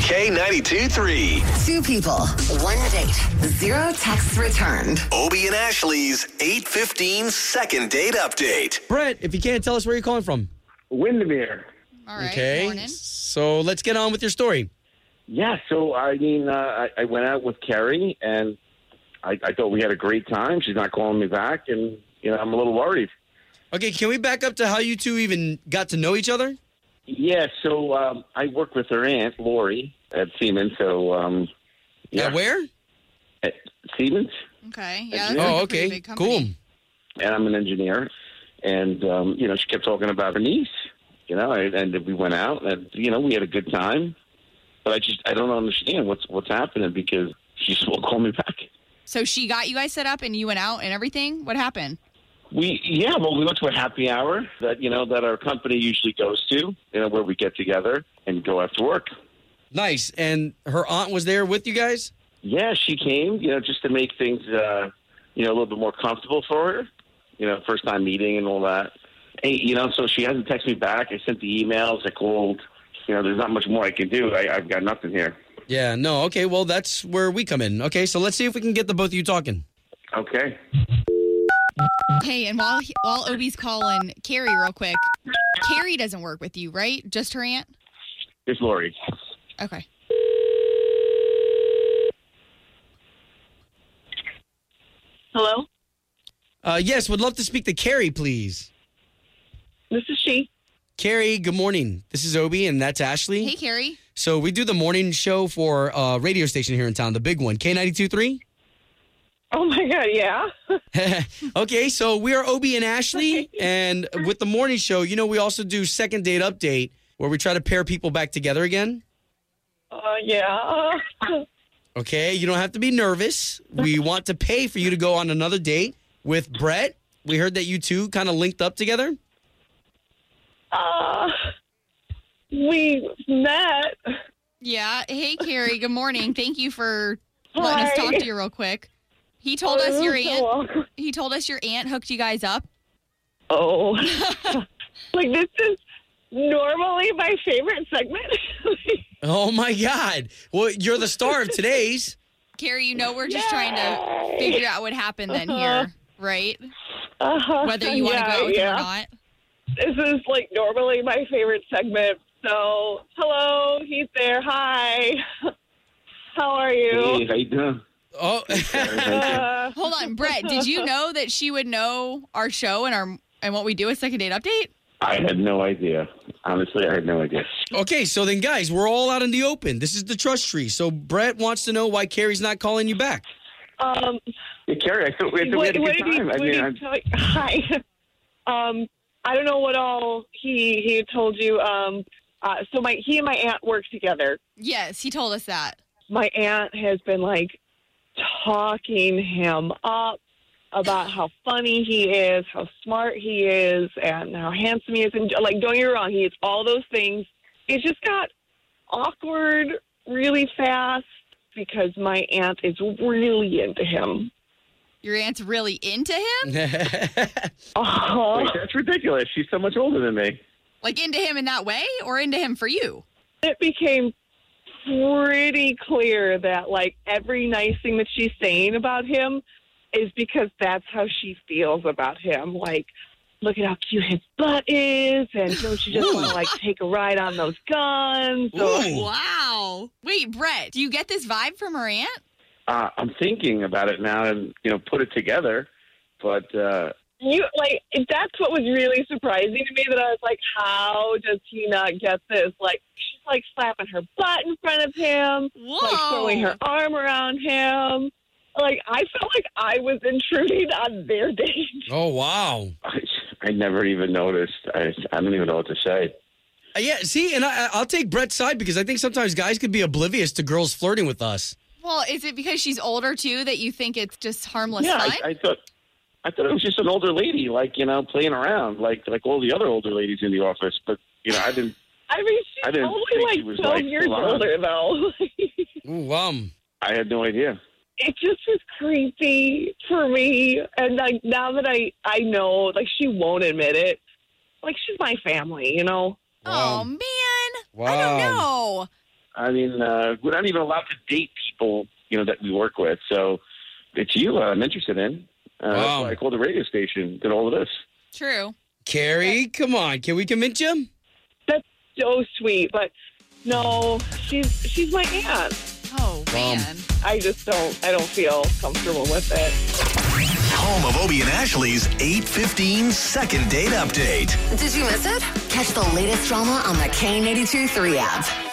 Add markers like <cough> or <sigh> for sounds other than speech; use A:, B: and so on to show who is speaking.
A: K92 3.
B: Two people, one date, zero texts returned.
A: Obie and Ashley's 815 second date update.
C: Brett, if you can't tell us where you're calling from.
D: Windermere.
E: All right.
C: okay.
E: Morning.
C: So let's get on with your story.
D: Yeah, so I mean, uh, I, I went out with Carrie, and I, I thought we had a great time. She's not calling me back, and you know, I'm a little worried.
C: Okay, can we back up to how you two even got to know each other?
D: Yeah, so um, I work with her aunt Lori at Siemens. So um, yeah,
C: At where?
D: at Siemens,
E: Okay. Yeah.
D: you.
E: that's
C: Oh,
E: a pretty
C: okay.
E: big company.
C: Cool.
D: and I'm an engineer. And um, you know, she kept talking about her niece. You know, and, and we went out, and you know, we had a good time. But I just I don't understand what's what's happening because she just won't call me back.
E: So she got you guys set up and you went out and everything. What happened?
D: We yeah, well, we went to a happy hour that you know that our company usually goes to, you know, where we get together and go after work.
C: Nice. And her aunt was there with you guys?
D: Yeah, she came, you know, just to make things, uh, you know, a little bit more comfortable for her. You know, first time meeting and all that. Hey, you know, so she hasn't texted me back. I sent the emails. I called. You know, there's not much more I can do. I, I've got nothing here.
C: Yeah, no. Okay, well, that's where we come in. Okay, so let's see if we can get the both of you talking.
D: Okay.
E: Hey, and while he, while Obie's calling Carrie real quick, Carrie doesn't work with you, right? Just her aunt.
D: Here's Lori.
E: Okay.
F: Hello,
C: Uh, yes, would love to speak to Carrie, please.
F: this is she.
C: Carrie, good morning. This is Obie, and that's Ashley.
E: Hey, Carrie.
C: So we do the morning show for uh, radio station here in town, the big one, K92.3.
F: Oh my God, yeah. <laughs>
C: <laughs> okay, so we are Obie and Ashley, and with the morning show, you know, we also do second date update where we try to pair people back together again.
F: Uh, <laughs> yeah.
C: Okay, you don't have to be nervous. We want to pay for you to go on another date with Brett. We heard that you two kind of linked up together.
F: Uh, we met.
E: Yeah. Hey, Carrie. Good morning. Thank you for letting us
F: Hi.
E: talk to you real quick. He told us
F: <laughs>
E: your
F: So
E: aunt.
F: awkward.
E: He told us your aunt hooked you guys up.
F: Oh. <laughs> like, this is normally my favorite segment. <laughs>
C: Oh my God. Well, you're the star of today's.
E: Carrie, you know we're just trying to
F: Yay.
E: figure out what happened then here, right? <laughs>
F: uh-huh.
E: Whether you want to
F: yeah,
E: go out with him
F: yeah.
E: or not.
F: This is, like, normally my favorite segment. So, hello, he's there. Hi. <laughs> How are
D: Hey,
F: you?
D: how you doing?
C: Oh, <laughs>
F: <laughs> Uh,
E: Hold on, Brett. Did <laughs> you know that she would know our show and our and what we do at Second Date Update?
D: I had no idea. Honestly, I had no idea.
C: okay. So then, guys, we're all out in the open. This is the trust tree. So Brett wants to know why Carrie's not calling you back. <laughs>
F: um,
D: Hey, Carrie, I thought we, I thought we
F: what,
D: had a
F: what
D: good
F: did he,
D: time. I
F: what
D: mean,
F: did
D: I'm,
F: he tell you? <laughs> Hi. Um, I don't know what all he he told you. Um, uh, so my he and my aunt work together.
E: Yes, he told us that.
F: My aunt has been like talking him up about how funny he is, how smart he is, and how handsome he is. And like, don't get me wrong, he is all those things. It just got awkward really fast because my aunt is really into him.
E: Your aunt's really into him?
F: Oh.
D: wait, that's ridiculous. She's so much older than me.
E: Like into him in that way or into him for you?
F: it became pretty clear that like every nice thing that she's saying about him is because that's how she feels about him. Like, look at how cute his butt is, and don't you just want to like take a ride on those guns? Or,
C: Ooh.
E: Wow. Wait, Brett, do you get this vibe from her aunt?
D: uh, I'm thinking about it now and you know put it together, but uh,
F: you like that's what was really surprising to me that I was like, how does he not get this? Like, she's like slapping her butt in front of him.
E: Whoa.
F: like throwing her arm around him. Like I felt like I was intruding on their date.
C: oh wow.
D: I, I never even noticed. I I don't even know what to say.
C: Uh, Yeah, see, and I, I- I'll take Brett's side because I think sometimes guys could be oblivious to girls flirting with us.
E: Well, is it because she's older too that you think it's just harmless
D: yeah,
E: fun?
D: I, I thought I thought it was just an older lady, like you know, playing around, like like all the other older ladies in the office. But you know, I didn't.
F: I mean,
D: I
F: she's
D: didn't
F: only
D: think
F: like
D: she was,
F: twelve
D: like,
F: years
D: blonde.
F: older though. <laughs>
C: Ooh, um.
D: I had no idea.
F: it just was creepy for me. And like now that I I know, like she won't admit it. Like she's my family, you know.
E: oh
C: Wow.
E: man. I
C: Wow.
E: don't know.
D: I mean, uh, we're not even allowed to date people, you know, that we work with. So it's you uh, I'm interested in. Uh,
C: Wow.
D: That's why I called the radio station, did all of this.
E: True.
C: Carrie, come on. Can we convince you?
F: So sweet, but no, she's she's my aunt.
E: Oh man.
F: I just don't I don't feel comfortable with it.
A: Home of Obie and Ashley's 815 second date update.
B: Did you miss it? Catch the latest drama on the K82 3 app.